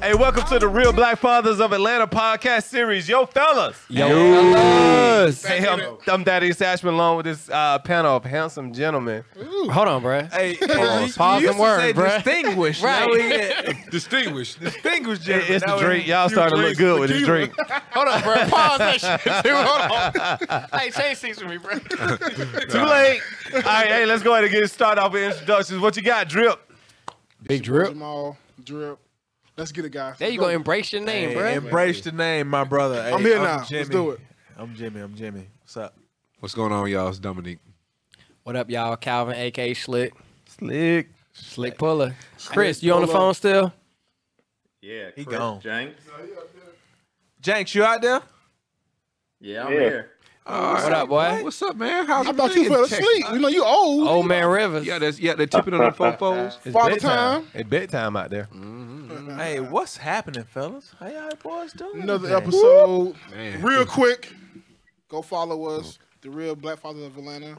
Hey, welcome to the Real Black Fathers of Atlanta podcast series. Yo, fellas. Yo, Hey, I'm, I'm Daddy Sashman along with this uh, panel of handsome gentlemen. Oh, hold on, bro. Hey, you pause used and to word, say bruh. Distinguished. Now we distinguished. Distinguished, It- it's the drink. Y'all starting to look good with this drink. Hold on, bro. Pause that shit. Dude, hold on. Hey, change things for me, bro. Too late. All right, hey, let's go ahead and get started off with introductions. What you got, Drip? Big drip. Jamal, drip. Let's get it, guys. There Let's you go. go. Embrace your name, Hey, bro. embrace the name, my brother. Hey, I'm here now. Let's Jimmy. do it. I'm Jimmy. I'm Jimmy. What's up? What's going on, y'all? It's Dominique. What up, y'all? Calvin, aka Slick. Slick. Slick Puller. Chris, you on the phone still? Yeah, He Chris gone. Jenks. Jenks, you out there? Yeah, I'm here. What up, boy? What's up, man? How's I thought you fell asleep. You know you old Old man Rivers. Yeah, that's yeah. They're tipping on the fofos. Oh, It's Father bedtime. time. It's bedtime out there. Mm-hmm. Hey, what's happening, fellas? How y'all boys doing? Another today? episode. Man. Real quick, go follow us, the real Black Fathers of Atlanta.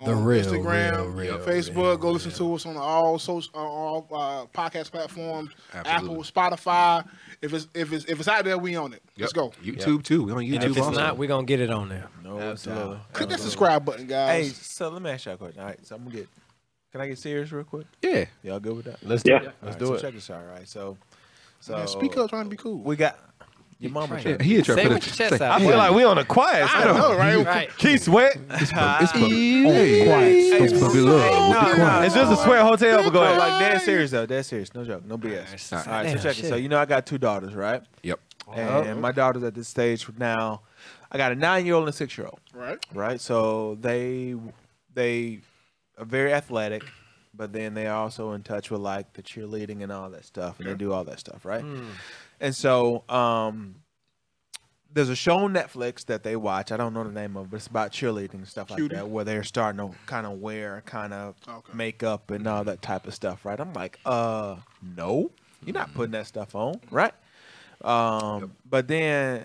On The real, Instagram, real, real, Facebook. real, go listen to us on all social, on all uh, podcast platforms, Absolutely. Apple, Spotify. If it's if it's if it's out there, we own it. Let's go. YouTube too. We on YouTube And if it's also. not, we're going to get it on there. No, absolutely. Click that subscribe button, Hey, guys. so let me ask y'all a question. All right, so I'm gonna get. Can I get serious real quick? yeah. Y'all good with that? Let's do it. Let's All right, do so it. Check this out. All right, so, so Man, speak up, trying to be cool. We got your mama. Yeah, tried- he tried Say to it with your chest out. I feel like we on a quiet. I know, right? Right. Keith Sweat. It's puppy. Hey, quiet. It's puppy love. Nah, Be nah. quiet. It's just a sweat hotel. But go No, ahead. like dead serious though. Dead serious. No joke. No BS. All All right, right. so Damn, check it. So shit. you know I got two daughters, right? Yep. And my daughter's at this stage now. I got a nine-year-old and a six-year-old, Right. right? So they they are very athletic, but then they are also in touch with like the cheerleading and all that stuff, and they do all that stuff, right? Hmm. And so um, there's a show on Netflix that they watch. I don't know the name of, it, but it's about cheerleading and stuff like Cutie. that, where they're starting to kind of wear kind of Okay. makeup and all that type of stuff, right? I'm like, uh, no, you're Hmm. not putting that stuff on, right? Um, but then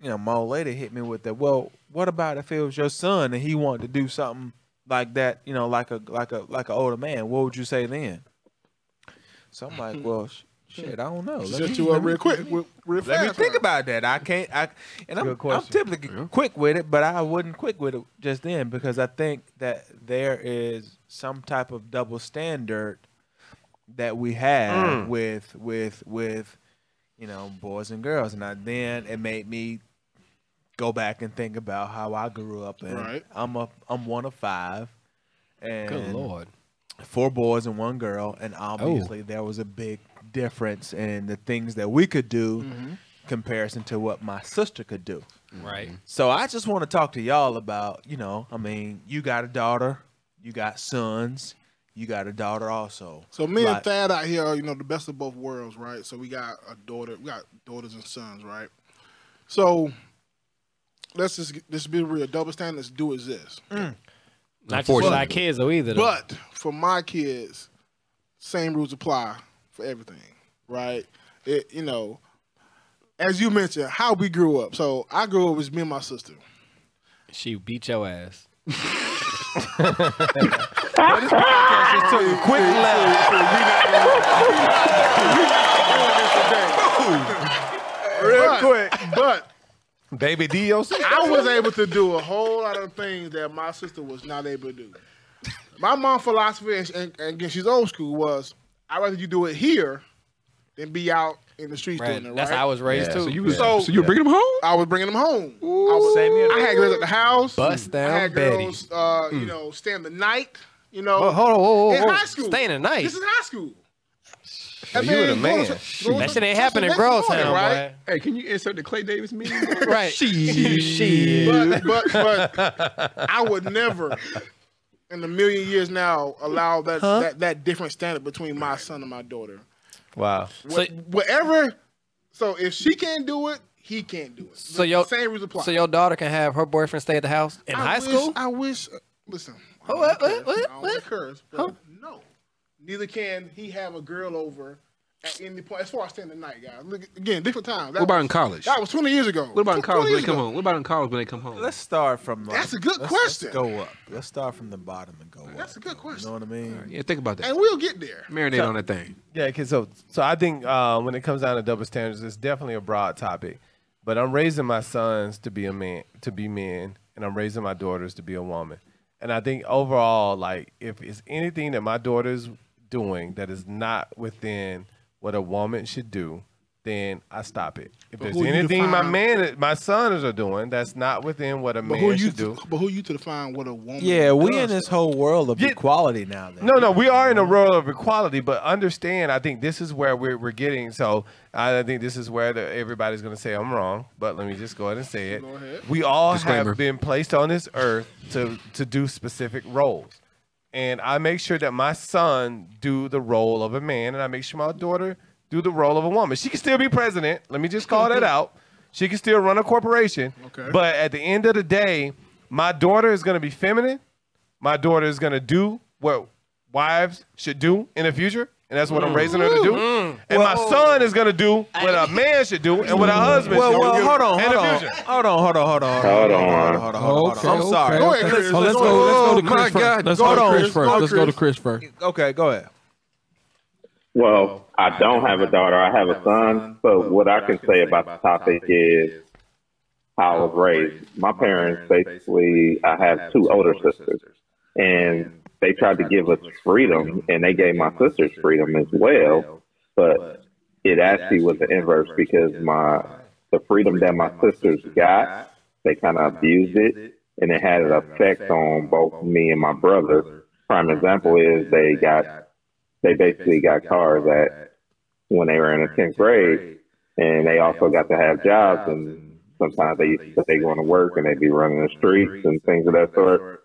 you know, my old lady hit me with that. Well, what about if it was your son and he wanted to do something like that? You know, like a like a like an older man. What would you say then? So I'm like, well, sh- shit, I don't know. Let me- Set you up uh, real quick. Real real let me fast. think about that. I can't. I and I'm, I'm typically quick with it, but I wasn't quick with it just then because I think that there is some type of double standard that we have with with with you know boys and girls, and I, then it made me go back and think about how I grew up. And Right. I'm a I'm one of five. And Good lord. four boys and one girl, and obviously there was a big difference in the things that we could do Mm-hmm. comparison to what my sister could do. Right. So I just want to talk to y'all about, you know, I mean, you got a daughter, you got sons, you got a daughter also. So me Like- and Thad out here, are, you know, the best of both worlds, right? So we got a daughter, we got daughters and sons, right? So let's just this be real. Double standards do exist, Not just like Unfortunately. kids, though, either. Though. but for my kids, same rules apply for everything, right? It, you know, as you mentioned, how we grew up. So I grew up with me and my sister. She beat your ass. Quick left. Real quick, but Baby DOC. I was able to do a whole lot of things that my sister was not able to do. My mom philosophy, and, and, and again, she's old school, was I'd rather you do it here than be out in the streets Right. doing it. That's right? how I was raised, too. So you was, So- so, you were bringing them home? I was bringing them home. I, was, Same here. I had girls at the house. Bust I down had Betty. girls, uh, you know, staying the night. You know, Oh, hold on, whoa, whoa, in whoa. high school. Staying the night? This is high school. you were the man. That shit ain't happening in Grove Town, right? Hey, can you insert the Clay Davis meme? Right. She. She. but but but I would never in a million years now allow that that, that different standard between my son and my daughter. Wow. So, Whatever. So if she can't do it, he can't do it. So the your- same rules apply. so your daughter can have her boyfriend stay at the house in I high wish, school? I wish. uh, Listen. Oh, what, I don't what, wanna what, curse. I don't what? wanna curse, but no. Neither can he have a girl over at any point as far as staying the night, guys. Look, again, different times. That What about was- in college? That was 20 years ago. What about in 20 college when years they come ago. home? What about in college when they come home? Let's start from. uh, That's a good let's- question. Let's go up. Let's start from the bottom and go up. That's a good You know question. what I mean? yeah, think about that. And we'll get there. Marinate on that thing. Yeah, 'cause so so I think uh, when it comes down to double standards, it's definitely a broad topic. But I'm raising my sons to be a man, to be men, and I'm raising my daughters to be a woman. And I think overall, like if it's anything that my daughter's doing that is not within what a woman should do, then I stop it. If there's who you anything my define- man, my sons are doing that's not within what a But man who you should to, do. but who you to define what a woman? Yeah, we does in this though. whole world of Yeah. equality now. Then. No, no, we are in a world of equality, but understand, I think this is where we're, we're getting. So I think this is where the, everybody's going to say I'm wrong, but let me just go ahead and say it. Go ahead. We all Disclaimer. have been placed on this earth to, to do specific roles. And I make sure that my son do the role of a man, and I make sure my daughter do the role of a woman. She can still be president. Let me just call that out. She can still run a corporation. Okay. But at the end of the day, my daughter is going to be feminine my daughter is gonna do what wives should do in the future, and that's Mm. what I'm raising her to do. And my son is gonna do what a man should do and what a husband Well, should well, do. hold on, in hold the on, future. hold on, hold on, hold on, hold on, hold on, hold on, hold on, hold on. I'm sorry. Go ahead, Chris. Oh, let's Let's go. go. Let's go to Oh, my Chris first. God. Let's Hold go on. to Chris first. Let's Let's go, go to Chris first. Okay, go ahead. Well, I don't have a daughter. I have a son. But what I can say about the topic is how I was raised. My parents basically, I have two older sisters, and they tried to give us freedom, and they gave my sisters freedom as well. But it actually was the inverse because my the freedom that my sisters got, they kind of abused it, and it had an effect on both me and my brother. Prime example is they got they basically got cars at when they were in the tenth grade, and they also got to have jobs. And sometimes they used to they going to work and they'd be running the streets and things of that sort.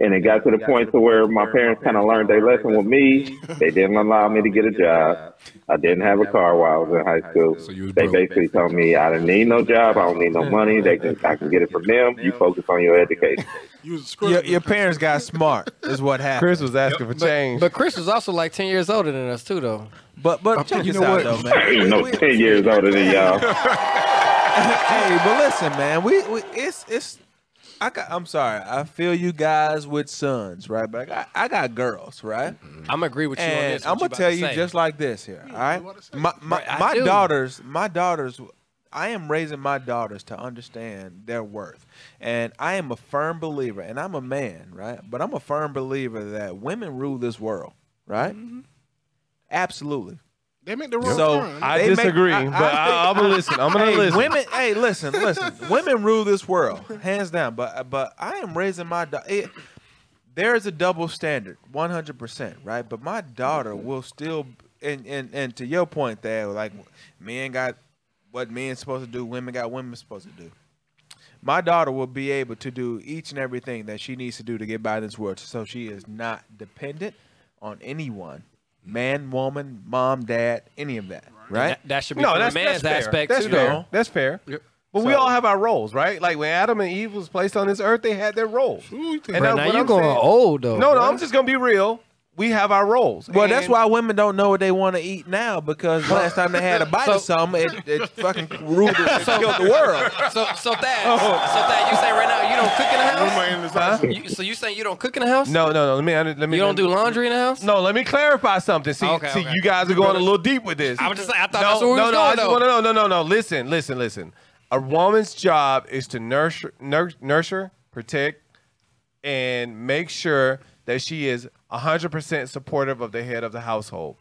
And it got to the point to where my parents kind of learned their lesson with me. They didn't allow me to get a job. I didn't have a car while I was in high school. So you was They broke. basically told me I didn't need no job. I don't need no money. They can I can get it from them. You focus on your education. You was a scrub. Your, your parents got smart, is what happened. Chris was asking for change. But Chris is also like 10 years older than us, too, though. But but check you this know out what? though, I ain't man. no We- ten years older than y'all. hey, but listen, man. We, we it's it's. I got, I'm sorry. I feel you guys with sons, right? But I got I got girls, right? I'm agree with you on And this. what I'm gonna about tell to you say. just like this here. All right, what I say. my my, Right, I my do. daughters, my daughters, I am raising my daughters to understand their worth, and I am a firm believer, and I'm a man, right? But I'm a firm believer that women rule this world, right? Absolutely. They made the wrong So, turn. I they make- disagree, I- I but I, I'm gonna listen. I'm gonna Hey, listen. women. Hey, listen, listen. women rule this world, hands down. But but I am raising my. da- It, there is a double standard, one hundred percent, right? But my daughter will still, and and and to your point, there, like men got what men supposed to do, women got women supposed to do. My daughter will be able to do each and everything that she needs to do to get by in this world, so she is not dependent on anyone, man, woman, mom, dad, any of that, right? That, that should be no, from that's a man's that's fair. aspect, that's too, fair. though. That's fair. But we So- all have our roles, right? Like when Adam and Eve was placed on this earth, they had their roles. Mm. Ooh, you think- And Bruh, that's now what you I'm going saying. old, though. No, no, bruh. I'm just gonna be real. We have our roles. Well, that's And- why women don't know what they want to eat now because last time they had a bite So- of something, it, it fucking ruled it, it killed the world. So, so that, so that you say right now you don't cook in the Am house? I indecisive? You, so you saying you don't cook in the house? No, no, no. Let me. Let me. You don't do laundry in the house? No, let me clarify something. See, Okay, see, okay. you guys are going a little deep with this. I was just saying, I thought no, that's where we no, was no, I going, just though. wanna- no, no, no, no. Listen, listen, listen. A woman's job is to nurture, nur- nurture, protect, and make sure that she is 100% supportive of the head of the household.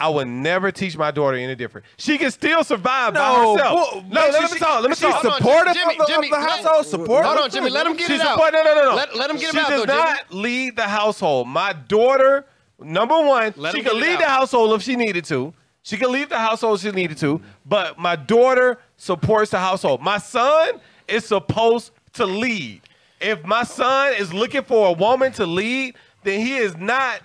I would never teach my daughter any different. She can still survive No, by herself. bull- no, make let sure me she- talk. Let me she's talk. Hold on, supportive Jimmy, of the- Jimmy, of the let- household, supportive. Hold on, Jimmy. Let him get She's it out. support- No, no, no, no. Let- let him get she him out, does though, Jimmy. not lead the household. My daughter, number one, Let she him could get it lead out. the household if she needed to. She could leave the household if she needed to. But my daughter supports the household. My son is supposed to lead. If my son is looking for a woman to lead, then he is not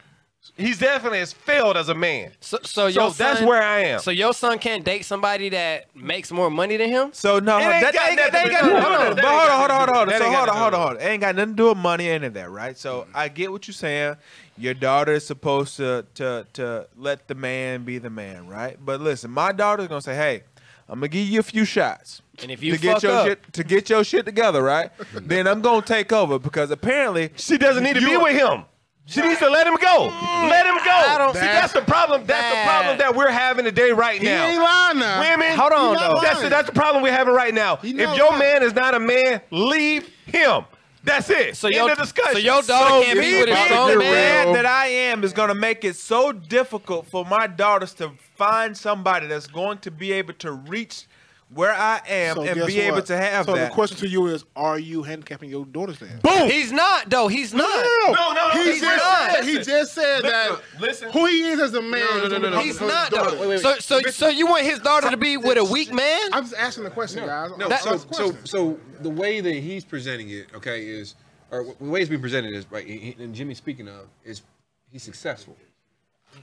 He's definitely as failed as a man. So, so, So your that's son- where I am. So your son can't date somebody that makes more money than him. So no, It ain't that, got that ain't got, that nothing ain't to got do no, with hold it. on, That but ain't hold got on, hold on, hold nothing to do- Mm-hmm. on. that So ain't hold got on, hold nothing on, to hold on. It ain't got nothing to do with money, any of that, right? So I get what you're saying. Your daughter is supposed to to to let the man be the man, right? But listen, my daughter's gonna say, "Hey, I'm gonna give you a few shots." And if you to get fuck your up- shit to get your shit together, right? then I'm gonna take over because apparently She doesn't need to be You- with him. She needs to let him go. Let him go. don't- See, that's the problem. That's the That- problem that we're having today, right He now. ain't lying now. Women, Hold on, He not though. That's the, lying. that's the problem we're having right now. He If not your lying. man is not a man, leave him. That's it. So End your- of discussion. so your daughter can't be me with a being strong the man? man that I am is gonna make it so difficult for my daughters to find somebody that's going to be able to reach where I am So and guess be able what? to have so that. the question to you is, are you handicapping your daughters then? He's not though. He's not. No, no, no, He he's just not. said, he Listen. just said that Listen, listen. who he is as a man. No, no, no, no, no. He's not though. So, so, so you want his daughter to be with a weak man? I'm just asking the question, guys. No, That's so, the so, question. so the way that he's presenting it, okay, is or the way it's being presented is right. he- And Jimmy's speaking of is he's successful.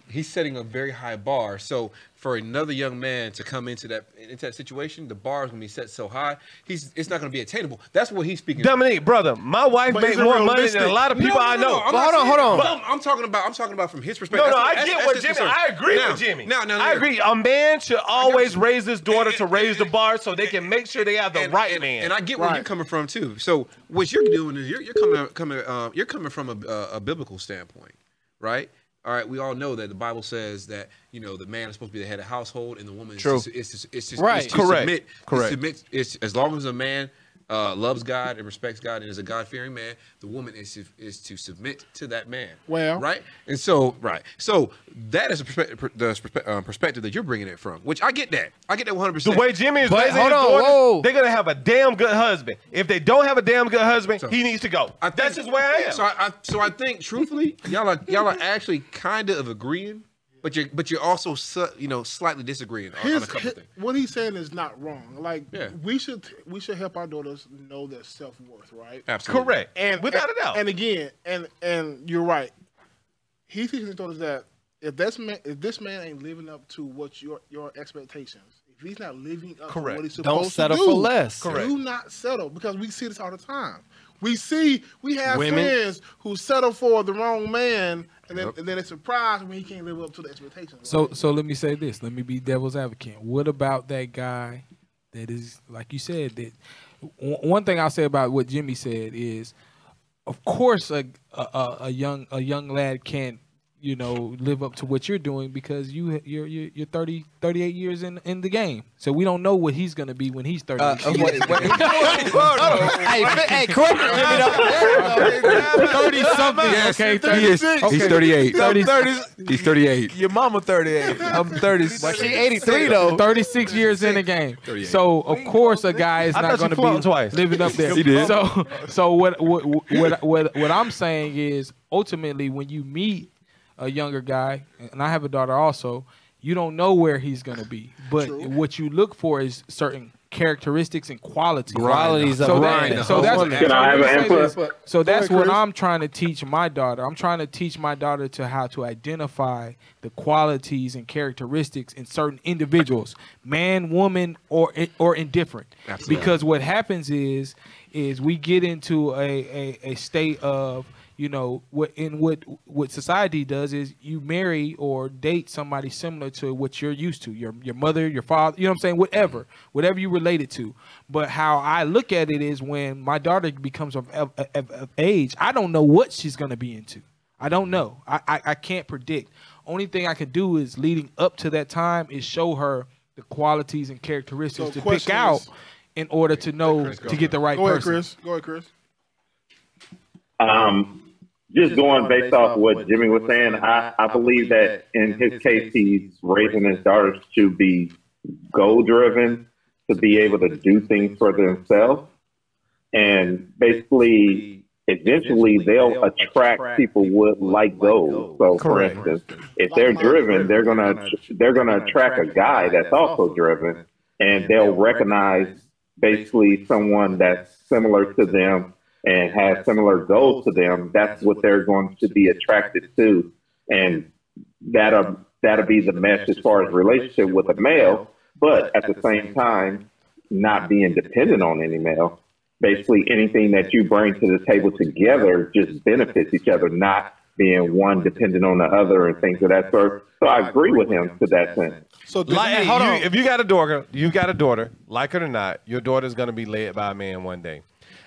He's setting a very high bar. So for another young man to come into that into that situation, the bar is going to be set so high. He's it's not going to be attainable. That's what he's speaking. of. Dominique, brother, my wife But made is it more money realistic? than a lot of people No, no, I no, know. no, But I'm not hold on, saying- hold on. No, I'm talking about. I'm talking about from his perspective. No, no, That's- I get that's- what that's Jimmy. his I concern. agree Now- with Jimmy. No, no, no. I agree. A man should always raise his daughter And- to and- raise the and- bar so they can make sure they have the and, right and- man. And I get where you're Right. coming from too. So what you're doing is you're, you're coming coming uh, you're coming from a, a, a biblical standpoint, right? All right, we all know that the Bible says that you know the man is supposed to be the head of the household and the woman is True. just, it's just, it's just Right. is to Correct. submit, is Correct. submit- is- as long as a man uh, loves God and respects God and is a God fearing man, the woman is to, is to submit to that man. Well- right, and so right, so that is a perspe- per- the perspe- uh, perspective that you're bringing it from, which I get that, I get that the 100. percent way Jimmy is But raising hold his on, daughters, whoa. they're gonna have a damn good husband. If they don't have a damn good husband, So- he needs to go. I think- That's just where I am. So I, I so I think truthfully, y'all are y'all are actually kind of agreeing, but you're but you're also su- you know slightly disagreeing on, on a His, couple his- things. what he's saying is not wrong. Like Yeah. we should we should help our daughters know their self worth, right? Absolutely Correct. And without and- a doubt. And again, and and you're right. He teaches his daughters that if this man if this man ain't living up to what your your expectations, if he's not living up Correct. to what he's supposed Don't to settle do, for less. Correct. Do not settle because we see this all the time. We see we have Women. friends who settle for the wrong man, and then and then it's surprised when he can't live up to the expectations. So so let me say this. Let me be devil's advocate. What about that guy that is like you said that o- one thing I'll say about what Jimmy said is of course a a, a, a young a young lad can't you know live up to what you're doing because you you're you're, you're 30 38 years in in the game. So we don't know what he's going to be when he's 30. Uh, wait, wait. Hey, fi- hey, correct me, Jimmy, though. 30 something. Okay, 30. He's 38. I'm 30, He's 38. your mama 38. I'm 30. But she 83 though. 36 years in the game. So of course a guy is I not thought you going to flunked be twice. living up there. He did. So so what what what what what I'm saying is ultimately when you meet a younger guy and I have a daughter also, you don't know where he's going to be. But what you look for is certain characteristics and qualities. Qualities of So, that- grind, so huh? that's Can so I let have me an say input? this. So that's what I'm trying to teach my daughter. I'm trying to teach my daughter to how to identify the qualities and characteristics in certain individuals, man, woman, or or indifferent. Because what happens is is we get into a, a, a state of you know what in what what society does is you marry or date somebody similar to what you're used to your your mother your father you know what i'm saying whatever whatever you related to but how i look at it is when my daughter becomes of, of, of, of age i don't know what she's going to be into i don't know I, I i can't predict only thing i can do is leading up to that time is show her the qualities and characteristics So to pick question out is- in order to know to get the right Go ahead, person Chris. Go ahead, Chris. Um, just going based off what Jimmy was saying, I, I believe that in his case, he's raising his daughters to be goal driven, to be able to do things for themselves. And basically, eventually they'll attract people with like goals. So, for Correct. instance, if they're driven, they're gonna they're gonna attract a guy that's also driven, and they'll recognize basically someone that's similar to them and has similar goals to them. That's what they're going to be attracted to, and that'll that'll be the mess as far as relationship with a male. But at the same time, not being dependent on any male. Basically, anything that you bring to the table together just benefits each other, not being one dependent on the other and things of that sort. So I agree with him to that sense. So like, hey, hold you- on. if you got a daughter, you got a daughter, like it or not, your daughter's gonna be led by a man one day.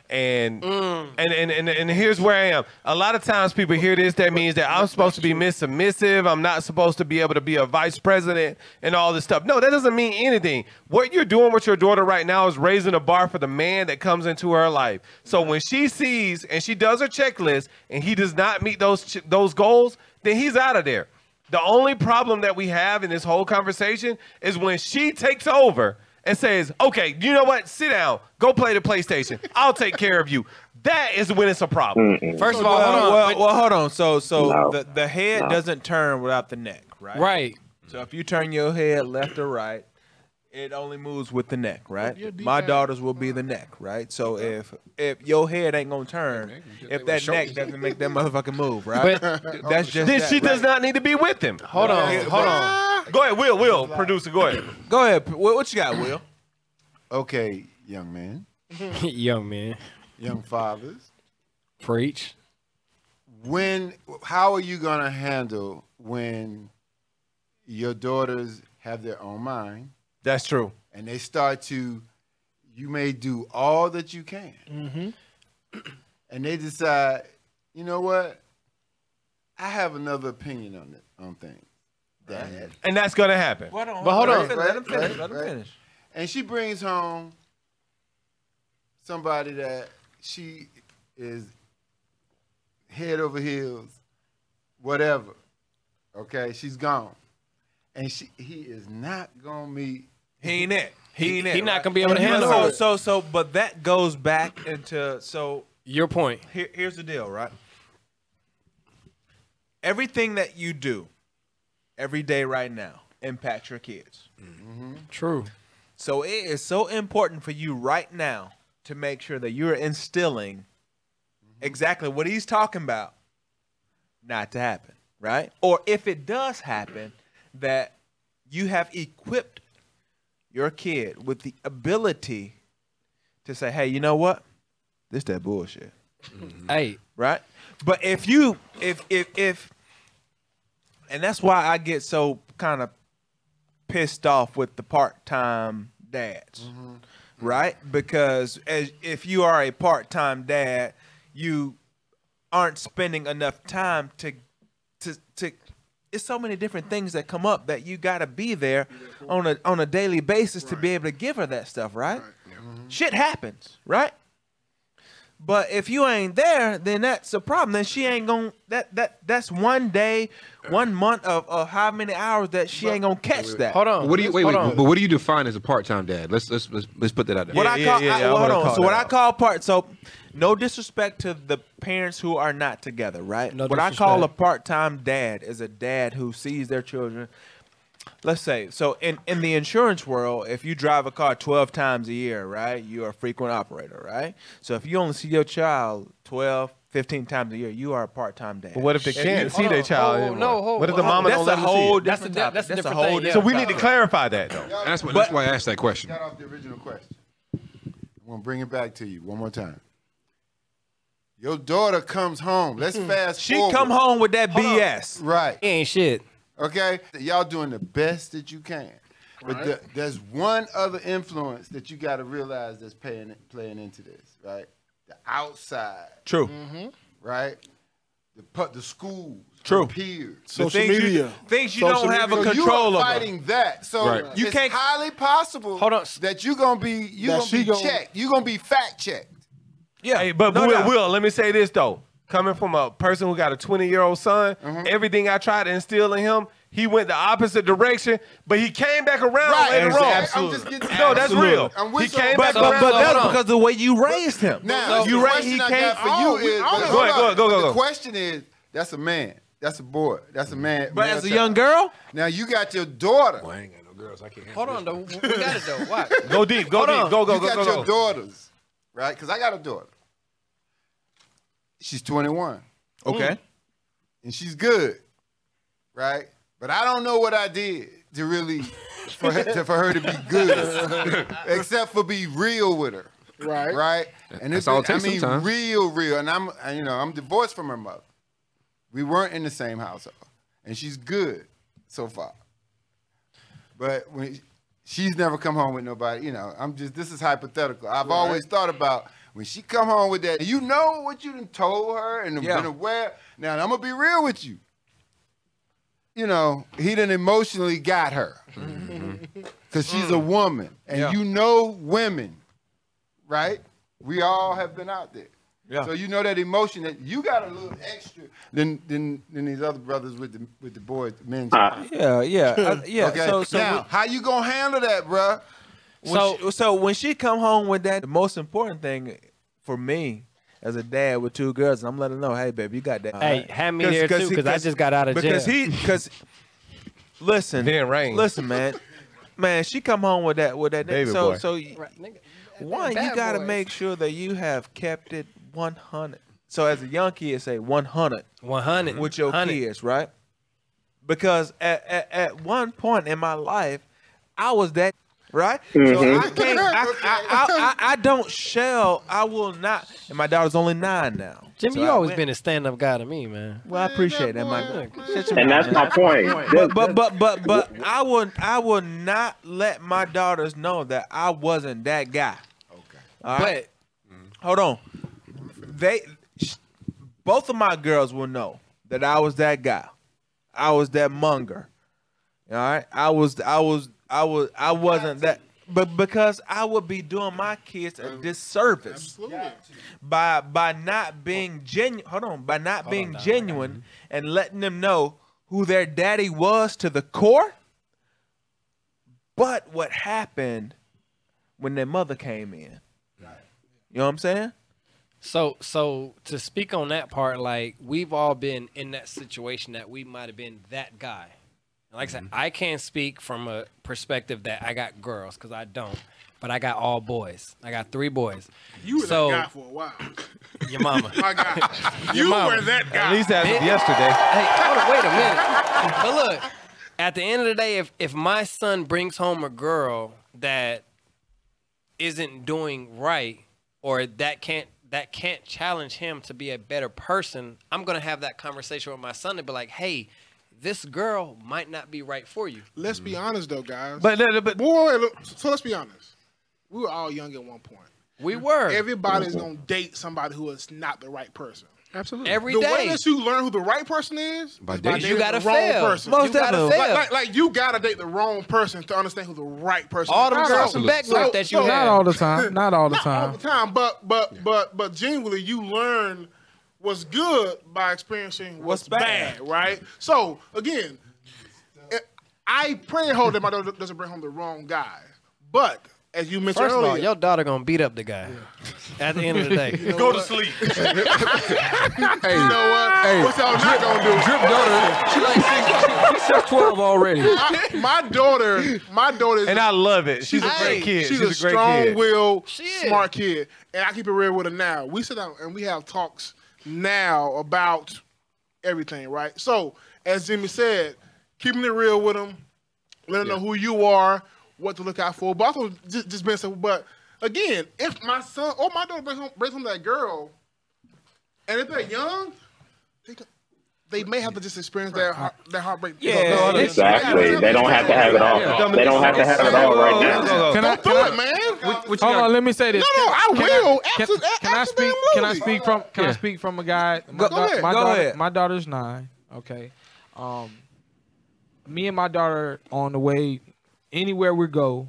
And, and and and and here's where I am. A lot of times people hear this, that means that I'm supposed to be miss submissive, I'm not supposed to be able to be a vice president and all this stuff. No, that doesn't mean anything. What you're doing with your daughter right now is raising a bar for the man that comes into her life. So when she sees and she does her checklist and he does not meet those ch- those goals, then he's out of there. The only problem that we have in this whole conversation is when she takes over and says, "Okay, you know what? Sit down. Go play the PlayStation. I'll take care of you." That is when it's a problem. First of all, hold on. Well, well, hold on. So, so the, the head No. doesn't turn without the neck, right? Right. So if you turn your head left or right, it only moves with the neck, right? My daughters will be the neck, right? So if if your head ain't gonna turn, if that neck doesn't make that motherfucking move, right? That's just then that, she does right? not need to be with him. Hold on, hold on. Go ahead, Will. Will, producer, go ahead. Go ahead. What, what you got, Will? Okay, young man, Young man. young fathers. Preach. When? How are you gonna handle when your daughters have their own mind? That's true. And they start to, you may do all that you can, Mm-hmm. and they decide, you know what? I have another opinion on it on things. Mm-hmm. Dad. And that's gonna happen. But And she brings home somebody that she is head over heels, whatever. Okay, she's gone, and she he is not gonna meet. He ain't it. He ain't it. right? So- so, So, so, but that goes back into so your point. Here, here's the deal, right? Everything that you do every day right now impacts your kids. True. So it is so important for you right now to make sure that you're instilling exactly what he's talking about not to happen, right? Or if it does happen, that you have equipped your kid with the ability to say, hey, you know what? This that bullshit. Hey. Right? But if you if if if and that's why I get so kind of pissed off with the part-time dads. Right? Because as if you are a part-time dad, you aren't spending enough time to to to it's so many different things that come up that you got to be there on a on a daily basis to be able to give her that stuff, right? Mm-hmm. Shit happens, right? But if you ain't there, then that's a problem. Then she ain't gonna that that that's one day, one month of, of how many hours that she ain't gonna catch that. What do you wait? Wait. But what do you define as a part-time dad? Let's let's let's, let's put that out there. What I call I- well, hold on. So what I call part so no disrespect to the parents who are not together, right? No what I call a disrespect. part-time dad is a dad who sees their children. Let's say so in in the insurance world, if you drive a car 12 times a year, right? You are a frequent operator, right? So if you only see your child 12 15 times a year, you are a part-time dad. But what if they can't see their child anymore? no, hold- what if the hold on. mama don't That's let a them see whole it? different That's a- that's a topic. That's a different whole thing, yeah. So we need to different clarify that though. That's what. That's why I asked that question. Got off the original question. I'm gonna bring it back to you one more time. Your daughter comes home. Let's fast. She forward. come home with that Hold on. BS. Right. ain't shit. Okay. Y'all doing the best that you can, but the- there's one other influence that you got to realize that's paying playing into this, right? The outside. True. Right. The pu- the schools. True. The peers. Social things you- media. things you don't have a So control over. you are fighting that. So Right. You you it's can't- highly possible that you're gonna be you That gonna she be gonna- checked. You're gonna be fact checked. Yeah, hey, but no Will, doubt. Will, let me say this though. Coming from a person who got a 20 year old son, Mm-hmm. everything I tried to instill in him, he went the opposite direction, but he came back around Right, later exactly. on. I'm just getting- no, that's Absolutely. real. I'm He with you. came But- back but- around. but that's later uh, on. because the way you raised him. Now, you you right. right. He I came. got for you is go ahead, go ahead, go, go, The go. question is that's a man. That's a boy. That's a man. But male as a child. young girl, now you got your daughter. Well, I ain't got no girls. I can't. Hold on, though. We got it, though. Watch. Go deep. Go Hold deep. on. Go go you go got go. go. your daughters, right? Because I got a daughter. She's 21. Okay. And she's good. right? But I don't know what I did to really for her to, for her to be good, except for be real with her, Right. right? And That's it's all I it takes mean sometimes. real, real. And I'm and, you know I'm divorced from her mother. We weren't in the same household, and she's good so far. But when she's never come home with nobody, you know, I'm just this is hypothetical. I've Right. always thought about when she come home with that. You know what you done told her and Yeah. been aware. Now I'm gonna be real with you. You know, he done emotionally got her Mm-hmm. because she's Mm. a woman, and you know women, right? We all have been out there. So you know that emotion that you got a little extra than than than these other brothers with the with the boys, the men. Yeah, yeah, uh, yeah. Okay. So, so now, we- how you gonna handle that, bruh? When so, she, so when she come home with that, the most important thing for me as a dad with two girls, and I'm letting her know, hey, baby, you got that. Hey, have me there, too, he- 'cause I just got out of because jail. he, because listen, Then rain. listen, man, man, she come home with that, with that. Baby so, boy. so y- one, you bad got to boys. make sure that you have kept it 100. So as a young kid, say 100. Mm, 100 with your 100. kids, right? Because at, at, at one point in my life, I was that right. So I Mhm. can't. I, I, I, I, I don't shell. I will not. And my daughter's only nine now. Jimmy, So you I always went- been a stand-up guy to me, man. Well, I appreciate that, man. And that's my point. But but but but but I will I will not let my daughters know that I wasn't that guy. Okay. hold on. They sh- both of my girls will know that I was that guy. I was that monger. All right. I was I was I was I wasn't that but because I would be doing my kids a disservice by by not being genuine. Hold on, by not being genuine and letting them know who their daddy was to the core. But what happened when their mother came in? You know what I'm saying? So, so to speak on that part, like we've all been in that situation that we might have been that guy. And like I said, I can't speak from a perspective that I got girls because I don't, but I got all boys. I got three boys. You were so, that guy for a while. Your mama. My God. Your you mama. were that guy. Bitch. Hey, hold on, wait a minute. But look, at the end of the day, if if my son brings home a girl that isn't doing right or that can't that can't challenge him to be a better person, I'm gonna have that conversation with my son and be like, hey, this girl might not be right for you. Let's be honest though, guys. But- boy, look, so let's be honest. We were all young at one point. We were. Mm-hmm. Everybody's gonna date somebody who is not the right person. Absolutely. Every the day. way that you learn who the right person is, By is by dating. dating You gotta the wrong fail. person. Most You gotta definitely. fail. Like, like, like you gotta date the wrong person to understand who the right person. All is. them girls from Absolutely. Backwood that you not had. all the time. Not all the all time. the time, but but but but genuinely, you learn what's good by experiencing what's, bad. right? So again, I pray and hope that my daughter doesn't bring home the wrong guy. But as you mentioned First of earlier, all, your daughter gonna beat up the guy. At the end of the day, You know Go to what? sleep. you know what? What's y'all not gonna do? Drip daughter, she like six, she, she's 12 already. My, my daughter, my daughter, is And I love it. She's a Hey, great kid. She's, She's, a, great kid. strong-willed, is. smart kid, and I keep it real with her now. We sit down and we have talks now about everything, right? So, as Jimmy said, keeping it real with them, letting them know who you are, what to look out for. But also just, just being simple. But again, if my son or my daughter brings home, brings home that girl, and if they're young, they, c- they may have to just experience their heart, their heartbreak. Yeah, exactly. They don't have to have it all. They don't have to have it all right now. Can I, Do it, man. Hold on, let me say this. No, no, I will. Can, Absolutely. can I speak? Can I speak from? Can I Yeah. speak from a guy? Go- My, go dau- ahead, my go daughter, ahead. My daughter's nine. Okay. Um, me and my daughter on the way anywhere we go,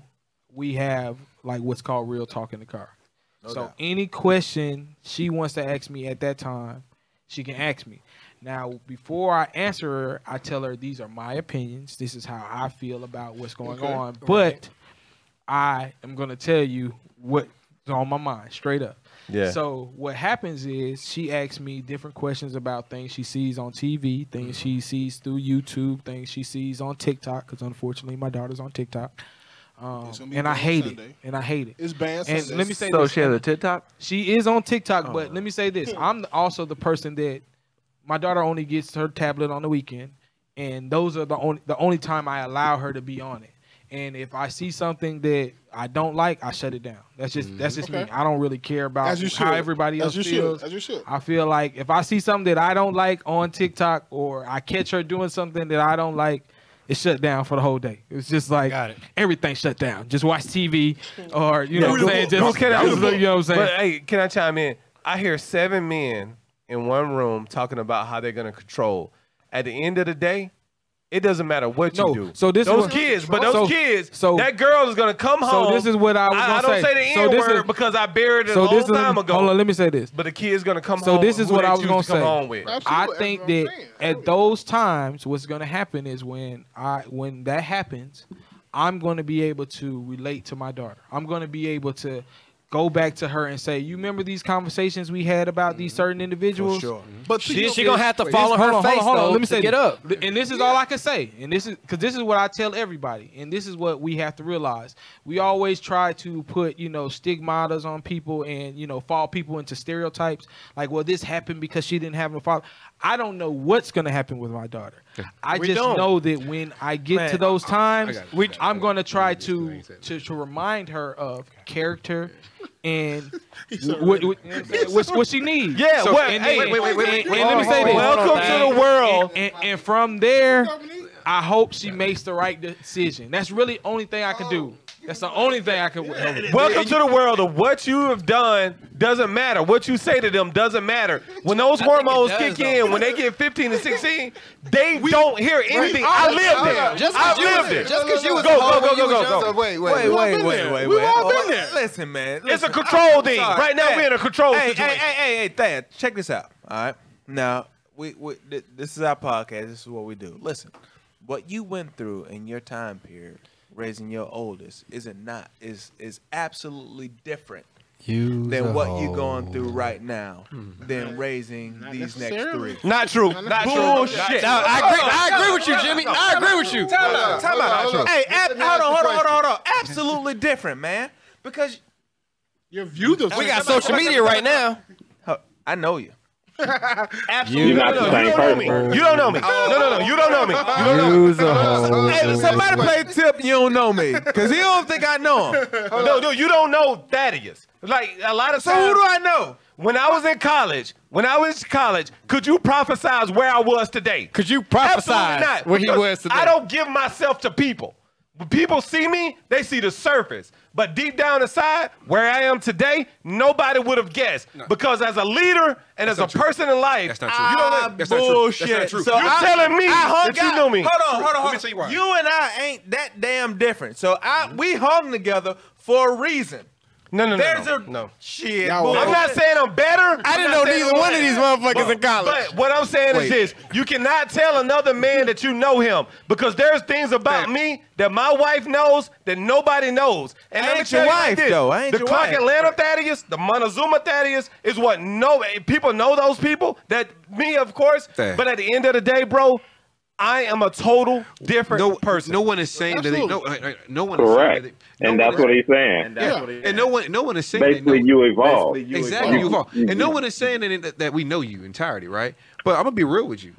we have like what's called real talk in the car. No so doubt. any question she wants to ask me at that time, she can ask me. Now, before I answer her, I tell her these are my opinions. This is how I feel about what's going Okay. on. But I am gonna tell you what's on my mind, straight up. Yeah. So what happens is she asks me different questions about things she sees on TV, things she sees through YouTube, things she sees on TikTok. Because unfortunately, my daughter's on TikTok, um, It's gonna be and I banned hate it. Sunday. And I hate it. It's banned And Sunday. let me say So this. she has a TikTok. She is on TikTok, Oh. but let me say this: I'm also the person that my daughter only gets her tablet on the weekend. and those are the only the only time I allow her to be on it. And if I see something that I don't like, I shut it down. That's just that's just me. Okay. I don't really care about As you how should. everybody As else you should. feels. As you should. I feel like if I see something that I don't like on TikTok or I catch her doing something that I don't like, it's shut down for the whole day. It's just like everything shut down. Just watch TV or you know what I'm saying. Just, Don't care that- just look, you know what I'm saying. But hey, can I chime in? I hear seven men in one room talking about how they're gonna control. At the end of the day, it doesn't matter what you do. so this is those what- kids, but those so- kids, so- that girl is gonna come so home. this is what I was I, gonna say. don't say, the So N this word is- because I buried it so a long this is time ago. hold on. Let me say this. But the kid's gonna come So home. this with is who what they I was choose gonna to come home say. with. I think that at those times, what's gonna happen is when I when that happens, I'm gonna be able to relate to my daughter. I'm gonna be able to go back to her and say, "You remember these conversations we had about these Mm-hmm. certain individuals?" sure. Mhm. But to She- your- she gonna have to Wait, fall this- on her hold hold face, hold though, Let me to say get this. up. Th- And this is all I can say. And this is because this is what I tell everybody. And this is what we have to realize. We always try to put you know stigmatas on people and you know fall people into stereotypes. Like, well, this happened because she didn't have a father. I don't know what's gonna happen with my daughter. I We just don't. know that when I get Man, to those I- I- I times, got it. we, I'm going to try to, to to remind her of character and what, what, what, what she needs. Yeah, what- and hey, then- wait, wait, wait, wait, and wait, let me hold on, say this. hold on, Welcome hold on. to the world. And, and- and from there, I hope she makes the right decision. That's really only thing I can do. That's the only thing I can. Welcome to the world of what you have done doesn't matter. What you say to them doesn't matter. When those I think it hormones does, kick though. in, when they get 15 to 16, they don't hear anything. all- I lived it. Just 'cause I you was- lived it. just 'cause you was go, a go, hoe go, go, when you was go, young. go. Wait, wait, We've all wait, been wait, there. wait, We've wait. all been there. Listen, man. It's a listen, control thing. sorry. Right now, Hey, we're in a control hey, situation. Hey, hey, hey, hey, Thad, check this out. All right. Now, we, we th- this is our podcast. This is what we do. Listen, what you went through in your time period raising your oldest is it not is is absolutely different You than what you're going through right now than raising these next three. Not true. Not true. Bullshit. No, I agree- I No, agree no, with you, no, Jimmy. no, I no, agree no, with you. Time Hold out. on, Time hold on, out. hold on. Hey, Let ab- me hold ask on, you hold on, a hold on, hold on. Absolutely different, man. Because your views of we got social media right now. I know you. Absolutely. You don't know. You don't know me. You don't know me. No, no, no. You don't know me. Oh. You don't know me. Use a hoe. Hey, somebody play tip. You don't know me because he don't think I know him. No, no, you don't know Thaddeus. Like a lot of So who do I know? When I was in college, when I was in college, could you prophesize where I was today? Could you prophesize where he was today? I don't give myself to people. When people see me, they see the surface. But deep down inside, where I am today, nobody would have guessed. Because as a leader and as a person in life, That's not true. you Ah, don't That's not true. That's not Bullshit. true. So You're I- telling me I hung that you out- knew me. Hold on, hold on, Let me hold on. tell you why. and I ain't that damn different. So I we hung together for a reason. No, no, no, There's no, a no. shit. I'm not saying I'm better. I didn't I'm not know saying neither I'm one of better. these motherfuckers But- in college. But what I'm saying Wait. is this: you cannot tell another man that you know him because there's things about me that my wife knows that nobody knows. And I let me ain't tell your you like wife, this, though. I ain't the your Clark wife. Atlanta Thaddeus, the Montezuma Thaddeus is what no people know those people. That me, of course. Fair. But at the end of the day, bro, I am a total different no person. No one is saying that Absolutely. they, no, uh, uh, no one is saying Correct. that they, no and one that's is- what he's saying. yeah. and no one, no one is saying Basically, that, no, you evolve. Basically, you exactly, you evolve. And no one is saying that, that we know you entirety, right? But I'm gonna be real with you.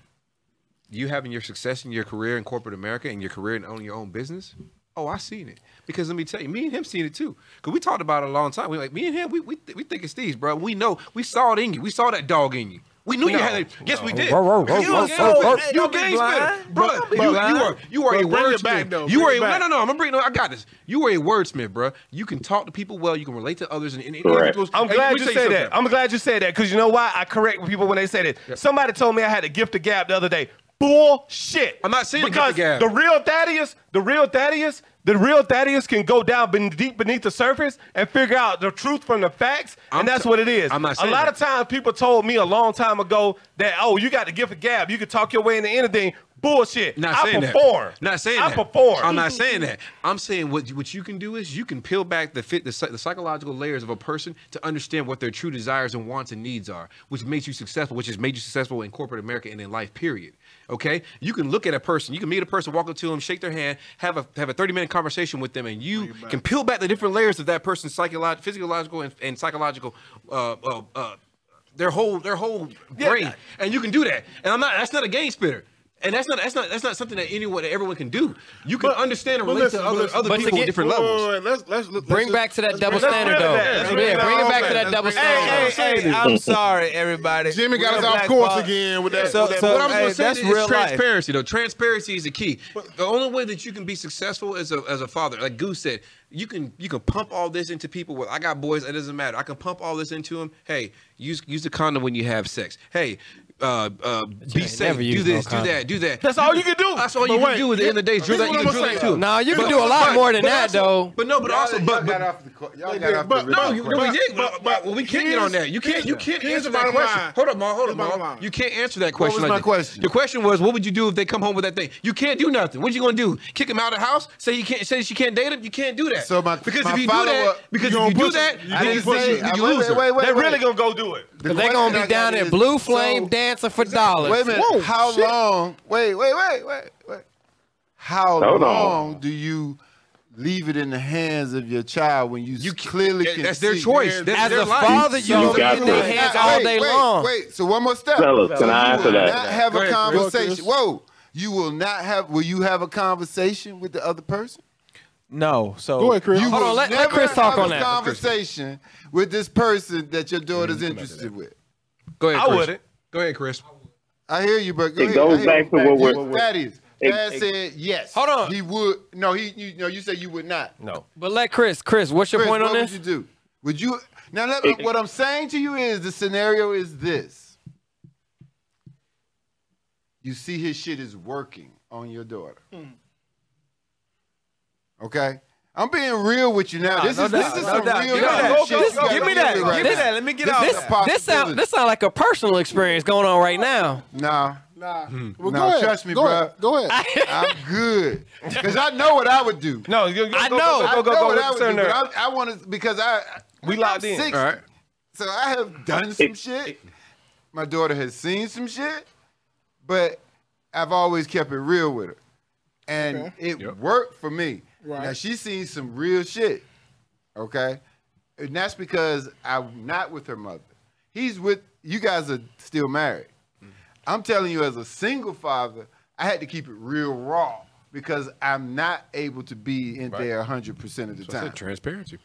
You having your success in your career in corporate America and your career in owning your own business. Oh, I seen it. Because let me tell you, me and him seen it too. Cause we talked about it a long time. We like me and him. We we, th- we think it's these, bro. We know. We saw it in you. We saw that dog in you. We knew you No. had it. Yes, we No. did. Roar, roar, Because you roar, a gang- roar, roar. you a Don't be gang spitter, blind. bro. Don't be You, you blind. are you Bro, are bring a it wordsmith. back, though. You Bring are it a, back. no no no. I'm gonna bring no. I got this. You are a wordsmith, bro. You can talk to people well. You can relate to others and, and individuals. I'm Hey, glad let you, me tell said something. that. I'm glad you said that because you know why? I correct people when they say that. Somebody told me I had a gift of gab the other day. Bullshit. I'm not saying a gift because of gab. the real Thaddeus, the real Thaddeus, the real Thaddeus can go down ben- deep beneath the surface and figure out the truth from the facts, and that's what it is. I'm not a saying lot that. of times people told me a long time ago that oh, you got the gift of gab, you can talk your way into anything. Bullshit. Not I saying perform. that. Not saying I that. perform. I'm not saying that. I'm saying what what you can do is you can peel back the fit the, psy- the psychological layers of a person to understand what their true desires and wants and needs are, which makes you successful, which has made you successful in corporate America and in life. Period. Okay. You can look at a person. You can meet a person, walk up to them, shake their hand, have a have a 30 minute conversation with them, and you can peel back the different layers of that person's psychological, physiological, and, and psychological. Uh, uh, uh, their whole their whole brain, and you can do that. And I'm not. That's not a game spitter. and that's not that's not that's not something that anyone that everyone can do. You can understand and relate to other other people at different wait, wait, levels. wait, wait, let's, let's, let's Bring just- back to that let's double bring- let's standard, bring it though. back. Yeah, Let's bring it all back to that double Hey, standard. hey, hey, I'm sorry, everybody. Jimmy got Real us off black course box. again with that. So- with that so, what I'm hey, gonna say that's is It's real life. transparency, though. Transparency is the key. the only way that you can be successful as a as a father, like Goose said, you can you can pump all this into people. Well, I got boys. It doesn't matter. I can pump all this into them. Hey, use use the condom when you have sex. Hey. Uh, uh, be safe. never Do use no this. do condom. that. Do that. That's all you can do. That's all But you wait, can do. At the end of the day, here's drill that. what You I'ma can drill say, that though. too. Nah, you can do a lot more than but that, also- though. But no, but Y'all- also, y'all got but but- off the co- y'all got off the no, original you, no, we question. did. But, well, we can't get on that. You can't. You can't here's answer my that question. line. Hold up, Ma. Hold up, Here's my Ma. line. You can't answer that What question. was like my that. question? Your question was, what would you do if they come home with that thing? You can't do nothing. What you gonna do? Kick him out of the house? Say you can't. Say she can't date him? You can't do that. So my- because my if you do that, follow-up- because you if you gonna do push that, it. I then you, didn't say- you, I- you wait, lose her. wait, wait, They wait. really gonna go do it. The They're question gonna I be got down is, at Blue Flame so- dancing for dollars. Wait a minute. Whoa, how shit. long? Wait, wait, wait, wait, wait. How Hold on. long do you leave it in the hands of your child when you, clearly that- can that's their see- choice. That's As their a life. father, you So- gonna got be in their to. hands Now, all wait, day wait, long. Wait, so one more step. Fellas, can So I you answer will that? Not have Go a ahead, Chris. conversation. Whoa, you will not have. Will you have a conversation with the other person? No, so Go ahead, Chris. You Hold will on, let- let never Chris talk have on a that. conversation with this person that your daughter's interested with. Go ahead. I Chris. wouldn't. Go ahead, Chris. I hear you, but go It ahead. goes I hear back you. to what You- we're- That is. It- Dad it- said yes. Hold on. He would. No, he. You no. You said you would not. No. But let Chris, Chris, what's your Chris, point on what this? would you do? Would you now? Let, me- what I'm saying to you is the scenario is this: you see his shit is working on your daughter. Okay, I'm being real with you now. Nah, this no is doubt, this is no some doubt. real Give me life that. shit. This- you gotta give me deal that. with right Give me now. that. Let me get this, out this, of that. this sound this sound like a personal experience going on right now. Nah, Nah. Well, Nah, go ahead. trust me, go bruh. Ahead. Go ahead. I'm good because I know what I would do. No, you go, I go, know. Go, go, go, I know go, what go, I would turn do, there. but I, I want to because I We I'm locked in. 60, All right. So I have done some shit. My daughter has seen some shit, but I've always kept it real with her, and it worked for me. Right. Now she's seen some real shit, okay, and that's because I'm not with her mother. He's with you guys are still married. I'm telling you, as a single father, I had to keep it real raw because I'm not able to be in there 100 percent of the time. Transparency.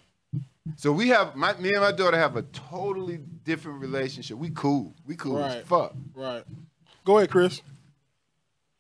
So we have my me and my daughter have a totally different relationship. We cool. We cool as Right. fuck. Right. Go ahead, Chris.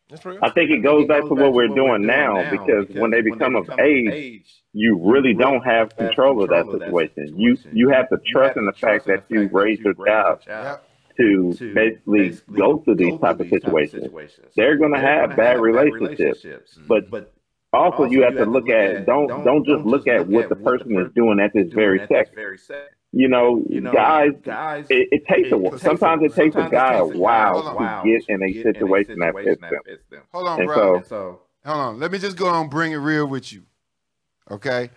That's real. I think it goes back to what we're doing now because when they become of age, you really don't have control of that situation. You you have to trust in the fact that you raised your child Yep. to to basically basically go ththrough these go through type of these type of situations. situations. They're gonna have bad relationships, but mm, but also you have to look at don't don't just look at what the person is doing at this very second. very second. You know, You know, guys, guys, it, it takes a it while. takes a- Sometimes it takes a sometimes it guy a takes a guy while a while to get in a get in a situation that situation fits that them. fits them. Hold on, And bro. so And so Hold on. Let me just go on bring it real with you. Okay?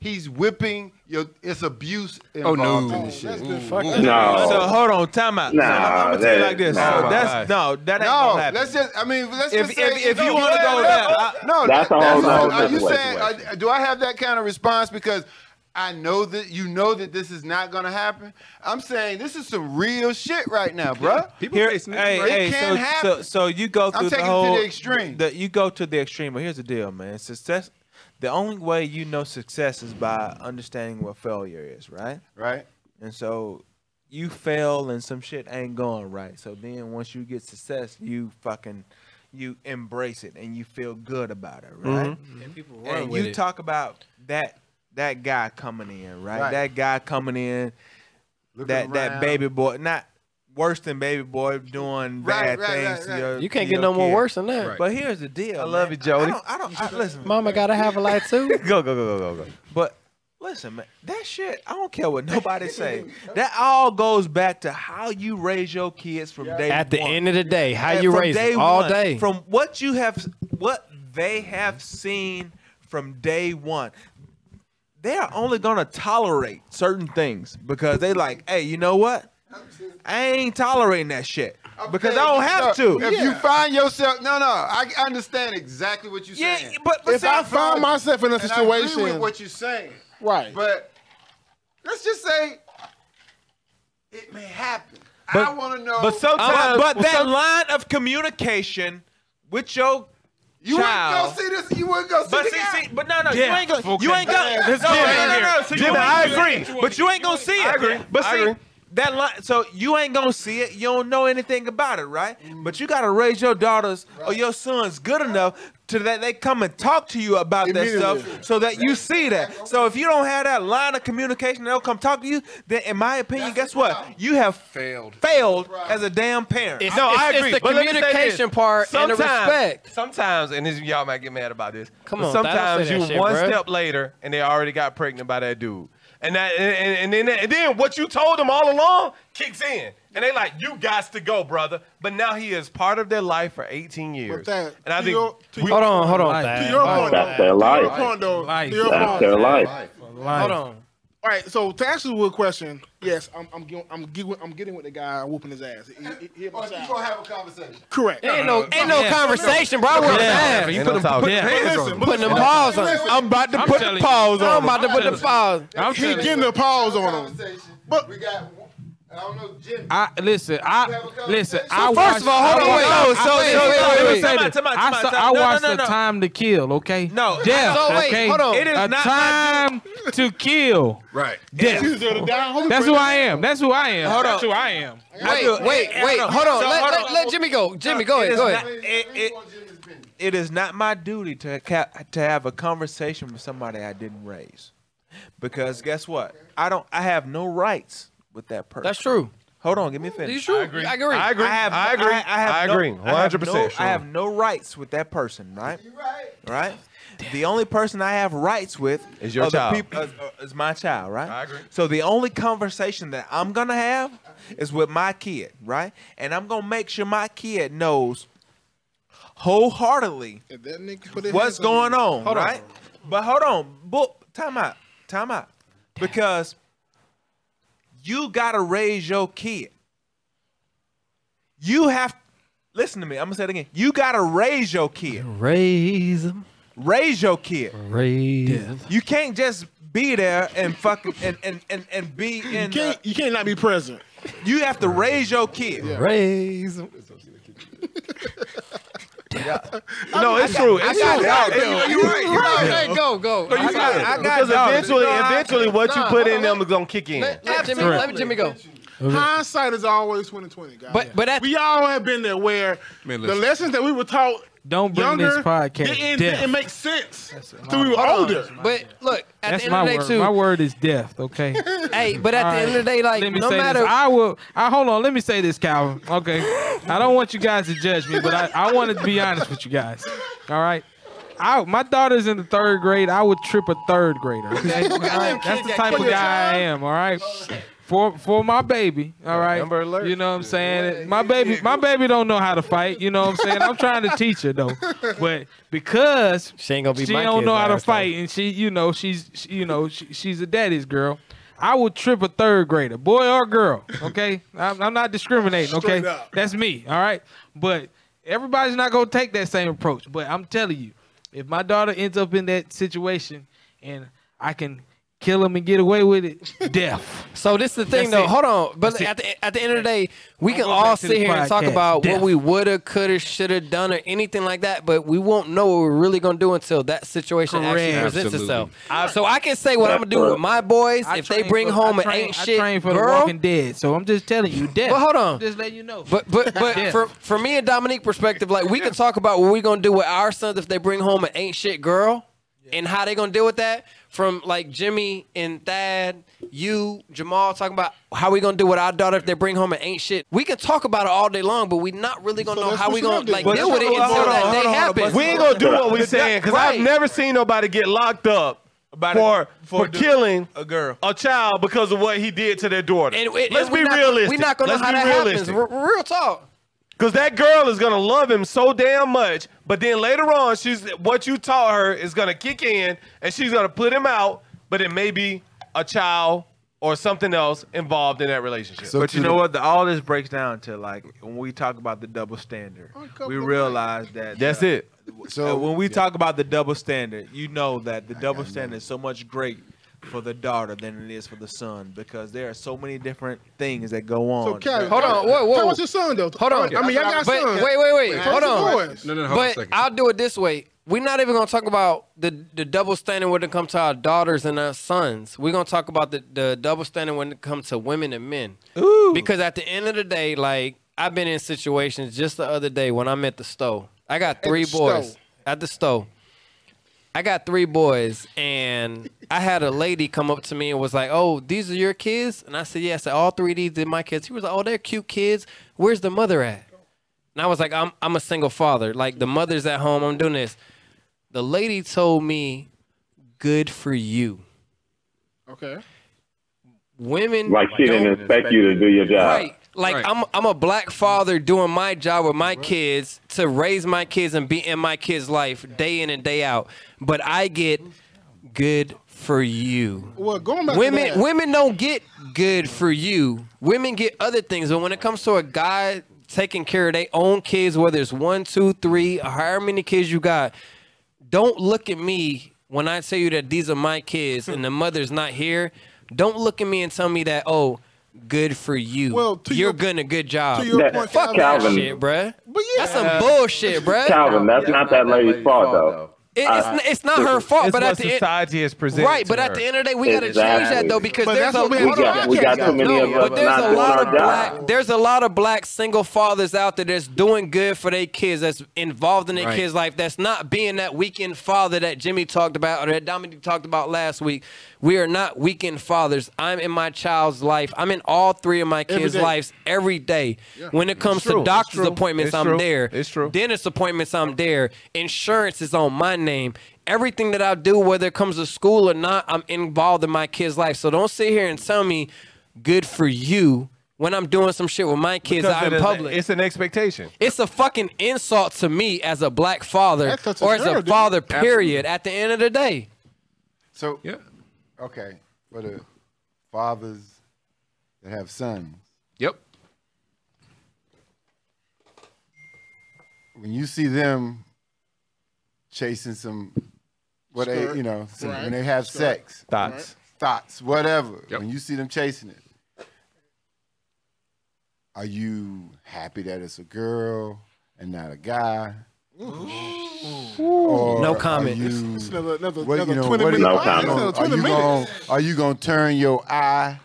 He's whipping your it's abuse Oh, involved in this shit. That's the fucking. no, So hold on, time out. Nah, so I'm, gonna tell you that- like this. nah. so that's no, that ain't No, gonna happen. let's just I mean let's if just if, say if no, you want to yeah, go yeah. there, I, No, That's that- a whole what- nother Are you saying? situation. Are, do I have that kind of response? Because I know that you know that this is not gonna happen. I'm saying this is some real shit right now, bruh. People here, facing it, hey, right? hey, It so, can so happen. so you go through the taking it to whole the extreme. the- you go to the extreme, but here's the deal, man. Success. The only way you know success is by understanding what failure is, right? Right? And so you fail and some shit ain't going right. So then once you get success, you fucking you embrace it and you feel good about it, right? Mm-hmm. And people and you talk about that that guy coming in, right? Right. That guy coming in, Looking that that around. baby boy, not worse than baby boy doing Right, bad right, things. right, right. To your, You can't to get your no more kid. worse than that. Right. But here's the deal. I love you, Jody. I don't, I don't I, listen. Mama gotta have a light too. Go, go, go, go, go, go. But listen, man, that shit, I don't care what nobody say. That all goes back to how you raise your kids from day At the one. end of the day, how And you from raise day them all one, day. From what you have what they have seen from day one. They are only gonna tolerate certain things because they like, hey, you know what? I ain't tolerating that shit. Because I don't have Look, to. If you find yourself, no, no, I I understand exactly what you're Yeah, saying. but, but If see, I found myself in a And I agree with situation, what you're saying, right? but let's just say it may happen. I want to know. But sometimes, but well, that some- line of communication with your You child. wouldn't go see this. You wouldn't go see But the see, guy. see, but no, no, you Yeah. ain't gonna, Okay. you ain't gonna, no, Let's no, get it no, here. no, so you Jimmy, ain't I gonna- agree. But you ain't gonna see it. I agree. But I see, agree. that line, so you ain't gonna see it. You don't know anything about it, right? But you gotta raise your daughters or your sons good enough to that they come and talk to you about that Immediately. stuff, so that you see that. So if you don't have that line of communication, they'll come talk to you. Then, in my opinion, guess what? You have failed, failed as a damn parent. It's- No, it's- I it's agree. the But let me say this. communication part and the Sometimes- respect. Sometimes, and this, y'all might get mad about this. Come but on, Thad, don't sometimes say that you shit, one bruh. step later, and they already got pregnant by that dude. And that, and, and, and then, and then what you told them all along kicks in, and they like, you got to go, brother. But now he is part of their life for 18 years. Thad, and I to think, your- to we- your- Hold on, hold on, Thad. To your hold point, on. though, to your point, though, to your point. Hold on. All right, so to answer your question, yes, I'm I'm getting I'm getting I'm getting with the guy whooping his ass. He- he- he- Or you gonna have a conversation. correct. Ain't no, ain't no Yeah. conversation, bro. I Yeah. would have. You Ain't put no them- talk. put them hands on. Putting them Listen, paws on. listen. I'm about to I'm put the telling paws you. on I'm about to him. put the Listen. paws. I'm he telling getting you. the paws on him. But we got. I don't know, Jimmy. I listen. I listen. I first watched, of all, hold I watched- on, wait, I- no, so- wait, so- wait, so- wait, wait, wait, wait, say time this. out, time out, I time saw- out, I time out. No, watched no, the no, no. time to kill. Okay. No. Death. So wait, okay. hold on. It It is is a not- time to kill. Right. Death. You deserve to die, homie. That's who I am. That's who I am. Hold That's on. who I am. I do. Wait, wait, And- wait. and- Hold on. so, Let, hold let, on. let Jimmy go. Jimmy, No, go it ahead. is Go not- ahead. it- it- it is not my duty to ca- to have a conversation with somebody I didn't raise, because guess what? I don't. I have no rights with that person. That's true. Hold on, give me a finish. It's true. I agree. I agree. I agree. have, I agree. I, I have I no- agree. I have no- 100% sure. I have no rights with that person, right? Right. The only person I have rights with Is your are the child. peop- uh, uh, is my child, right? I agree. So the only conversation that I'm gonna have is with my kid, right? And I'm gonna make sure my kid knows wholeheartedly If that nigga put his what's hands on going you- on, Hold right? But hold on, book time out, time out, because you gotta raise your kid. You have listen to me. I'm gonna say it again. You gotta raise your kid. Raise him. Raise your kid. Raise him. You can't just be there and fucking and and and, and be in. You can't, you can't not be present. You have to raise your kid. Raise him. No, it's true. It's true. You're right. You're right. Okay, go, go. But you got it. Because eventually, eventually, what you put in them is gonna kick in. Let, let Jimmy, let Jimmy go. Hindsight is always twenty twenty, guys. But- but at- we all have been there where Man, the listen. lessons that we were taught Don't bring younger this podcast didn't, death. didn't make sense my- till we were Hold on. older. But look, at That's the end my of the day, word. too. My word is death. Okay. Hey, but at All the end right. of the day, like, Let me no say this. matter. I will. I hold on. Let me say this, Calvin. Okay. I don't want you guys to judge me, but I, I wanted to be honest with you guys. All right. I, my daughter's in the third grade. I would trip a third grader. Okay. All right? That's the type of guy I am. All right. For for my baby. All right. Amber Alert. You know what I'm saying? My baby. My baby don't know how to fight. You know what I'm saying? I'm trying to teach her though, but because She ain't gonna be she my don't kid's know how to last name. fight, and she, you know, she's, she, you know, she, she's a daddy's girl. I would trip a third grader, boy or girl. Okay, I'm, I'm not discriminating. Okay, Straight up. that's me. All right, but everybody's not gonna take that same approach. But I'm telling you, if my daughter ends up in that situation, and I can kill him and get away with it, death. So this is the thing, That's though. it. Hold on, but That's at it. the, at the end of the day, we Don't can go back all to sit the here and talk podcast. about Death. what we woulda, coulda, shoulda done, or anything like that. But we won't know what we're really gonna do until that situation actually Correct. presents Absolutely. itself. so I can say what I'm gonna do with my boys I if they train bring for- home I an train- ain't I shit train for the girl. Walking Dead. So I'm just telling you, death. But hold on. just letting you know. But but but Death. for, for me and Dominique perspective, like we can talk about what we gonna do with our sons if they bring home an ain't shit girl, and how they gonna deal with that. From like Jimmy and Thad, you Jamal talking about how we gonna do with our daughter if they bring home an ain't shit. We can talk about it all day long, but we not really gonna know that's how what we you gonna gonna do. like But deal with it hold on, until hold on, that hold day on, hold on, happens. We ain't gonna do what we saying because Right. I've never seen nobody get locked up for for, for killing a girl, a child because of what he did to their daughter. And, and- Let's and be we not, realistic. We not gonna Let's know how be that realistic. happens. R- real talk. Cause that girl is gonna love him so damn much, but then later on, she's what you taught her is gonna kick in, and she's gonna put him out. But it may be a child or something else involved in that relationship. but you know what? The, all this breaks down to like when we talk about the double standard, Oh, we realize that That's uh, it. So when we talk about the double standard, you know that the double standard is so much great for the daughter than it is for the son because there are so many different things that go on. So, Cal, Right. Cal- Cal, what's your son though? Hold on. I mean, y'all got but, sons. Wait, wait, wait. Hold First on. boys. No, no, no, hold on a but second. I'll do it this way. We're not even gonna talk about the, the double standard when it comes to our daughters and our sons. We're gonna talk about the, the double standard when it comes to women and men. Ooh. Because at the end of the day, like I've been in situations just the other day when I'm at the store. I got three the boys store. at the store. I got three boys, and I had a lady come up to me and was like, "Oh, these are your kids?" And I said, "Yes, all three of these are my kids." He was like, "Oh, they're cute kids. Where's the mother at?" And I was like, "I'm I'm a single father. Like the mother's at home. I'm doing this." The lady told me, "Good for you." Okay. Women Like she didn't don't- expect you to do your job. Right. Like I'm I'm a black father doing my job with my kids to raise my kids and be in my kids' life day in and day out. But I get good for you. Well, going back Women to that, women don't get good for you. Women get other things, but when it comes to a guy taking care of their own kids, whether it's one, two, three, or however many kids you got, don't look at me when I tell you that these are my kids and the mother's not here. Don't look at me and tell me that, oh, good for you. Well, you're doing a good job. to your That- point, Fuck Calvin- that shit, bruh. That's some bullshit, bruh. Calvin, that's not that lady's fault, though. It- it's, I- n- it's not her fault, It's but what at the society is end, presented. right? But to at her. the end of the day, we got to change that though Exactly. because But there's that's a what we have hold on, to do. We got- we got too many no, of us but there's not a doing lot our of job. black there's a lot of black single fathers out there that's doing good for their kids, that's involved in their Right. kids' life, that's not being that weekend father that Jimmy talked about or that Dominic talked about last week. We are not weekend fathers. I'm in my child's life. I'm in all three of my Every kids' day. lives every day. Yeah. When it It's comes true. to It's doctor's true. appointments, It's I'm true. there. It's true. Dentist appointments, I'm there. Insurance is on my name. Everything that I do, whether it comes to school or not, I'm involved in my kid's life. So don't sit here and tell me, good for you, when I'm doing some shit with my kids Because out it in is- public. It's an expectation. It's a fucking insult to me as a black father That's such a or as terror, a dude. father, Absolutely. period, at the end of the day. So yeah, okay, for the fathers that have sons. Yep. When you see them chasing some, what Skirt. they you know, some- Right. when they have Skirt. sex, Thoughts. Right. thoughts, whatever. When you see them chasing it, are you happy that it's a girl and not a guy? Or No are comment. you- It's another, another, what, another you know, 20 what minute. is- podcast. Another Are 20 you minutes. gonna, are you gonna turn your eye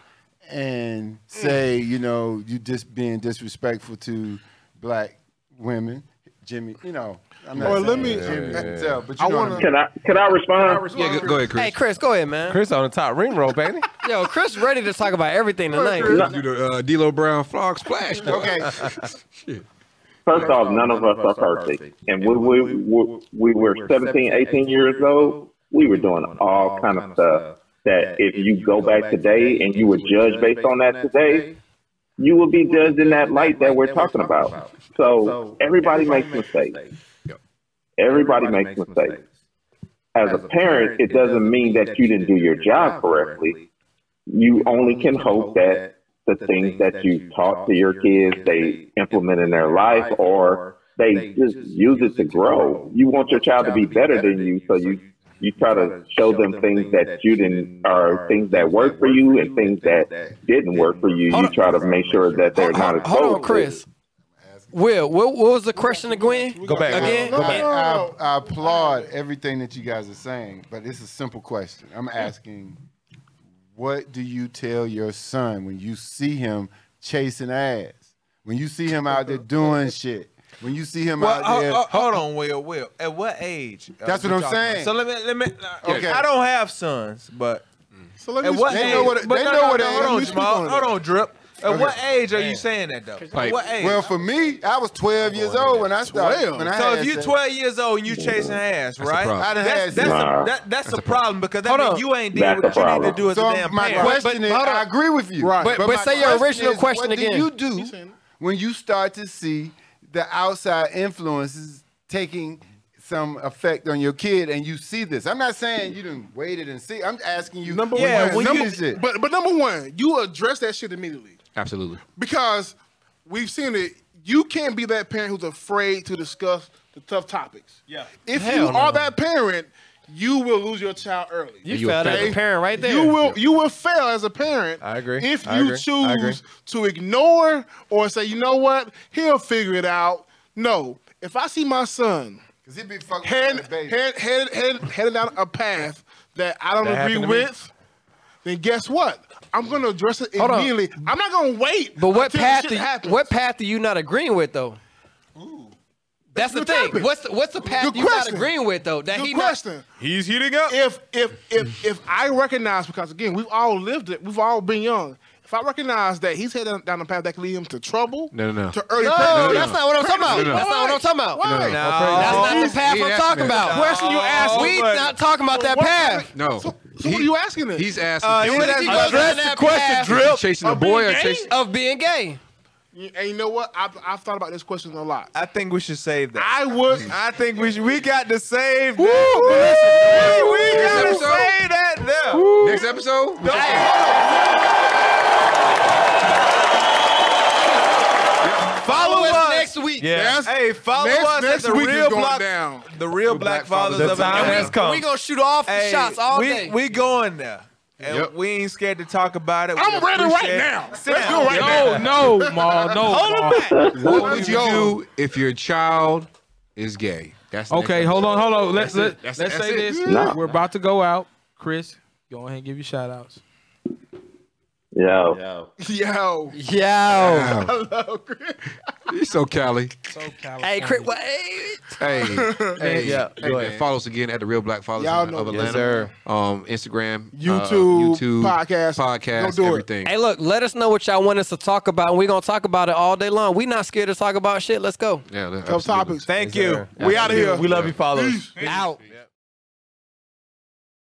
and say, you know, you just being disrespectful to black women, Jimmy? You know, I'm not Or saying let me- Jimmy Yeah. can tell, but you know what I Can I can I respond? Hey, Chris, go ahead, man. Chris on the top ring rope, baby. Yo, Chris ready to talk about everything tonight. Do the uh, D'Lo Brown flog splash. okay. First off, none of us are perfect. And when we, we, we were 17, 18 years old, we were doing all kind of stuff that if you go back today and you were judged based on that today, you will be judged in that light that we're talking about. So everybody makes mistakes. Everybody makes mistakes. As a parent, it doesn't mean that you didn't do your job correctly. You only can hope that the things that you taught to your kids, they implement in their life, or they just use it to grow. You want your child to be better than you, so you you try to show them things that you didn't, or things that work for you, and things that didn't work for you. You try to make sure that they're not exposed. Hold on, to it. Chris. Will, what, what was the question again? Go back. Again? Go back. I, I applaud everything that you guys are saying, but it's a simple question. I'm asking, what do you tell your son when you see him chasing ass? When you see him out there doing shit? When you see him Well, out ho- there? ho- hold on, Will. Will, at what age? uh, That's what we I'm talking about? saying. So let me, let me. Yeah. Okay. I don't have sons, but so let at me- what They age? know what- but they no, know no, what no, age. Hold Let on, me speak Jamal. on it. Hold on, Drip. At Okay. what age are you saying that though? At what age? Well, for me, I was 12 years old when I started. When I so had if you sex. 12 years old and you chasing ass, a right? problem. I done that's, had that's, sex. a, that, that's, a problem because that Hold means on. you ain't That's did what a you need to problem. do as So a damn my parent. question is, I agree with you. Right. But- but my say your original is, question what again. do you do when you start to see the outside influences taking some effect on your kid and you see this? I'm not saying you didn't waited and see. I'm asking you. Number one, number, But, but number one, you address that shit immediately Absolutely. because we've seen it. You can't be that parent who's afraid to discuss the tough topics. Yeah. If you Hell no. are that parent, you will lose your child early. You You a failed as a Okay? parent right there. You will you will fail as a parent. I agree. If I you agree. I agree. choose to ignore or say, you know what, he'll figure it out. No, if I see my son Cause he be fucking head, with the baby. head, head, head, headed down a path that I don't That agree happened to me. with, then guess what? I'm gonna address it Hold on. immediately. I'm not gonna wait. But what until path? shit Do you, happens. what path are you not agreeing with though? That's the thing. What's the, what's the path Good you're not question. agreeing with though? That Good he question. He's heating up. If if if if I recognize, because again, we've all lived it, we've all been young. If I recognize that he's heading down the path that could lead him to trouble, No, no, no. to early No, pregnancy- that's not what I'm talking about. Pregnancy. That's not what I'm talking about. Why? No, Uh, That's not the path He I'm asked talking me. about. The question you asked We me, but- not talking about So that what path. No. So, what are you asking it? He's asking. Uh, He you was asked- asking- address the question, Drip. Chasing a Of being boy or gay? chasing? Of being gay. And you know what? I've, I've thought about this question a lot. I think we should save that. I would. I think we should, we got to save that. Woo, we Next got to episode? save that now. Next episode? Follow, Follow us us next week. Yes. Yes. Hey, follow Next- us next at the week is real going black down. the real black, fathers fathers of of America. America. We gonna shoot off the shots all we, day. We going there. And we ain't scared to talk about it. We I'm ready right appreciate- now. Sit Let's down. do it right No, no, Ma, no. Ma. What would you Yo. do if your child is gay? That's the Okay, next hold on, hold on. Let's That's it. let, That's- let's that's say it. this. Nah. We're about to go out. Chris, go ahead and give you shout outs. Yo. Yo. Yo. Hello, Chris. episode. You're so Cali. Hey, Chris. What? Hey, hey, Yeah, hey, go man, ahead. follow us again at the Real Black Fathers Y'all of know me. Atlanta. Yes, sir. Um, Instagram, uh, YouTube, YouTube, podcast. podcast, Go do it. everything. Hey, look. Let us know what y'all want us to talk about, and we gonna talk about it all day long. We not scared to talk about shit. Let's go. Yeah, Tough topics. Thank you. We out of here. We love you, followers. Out.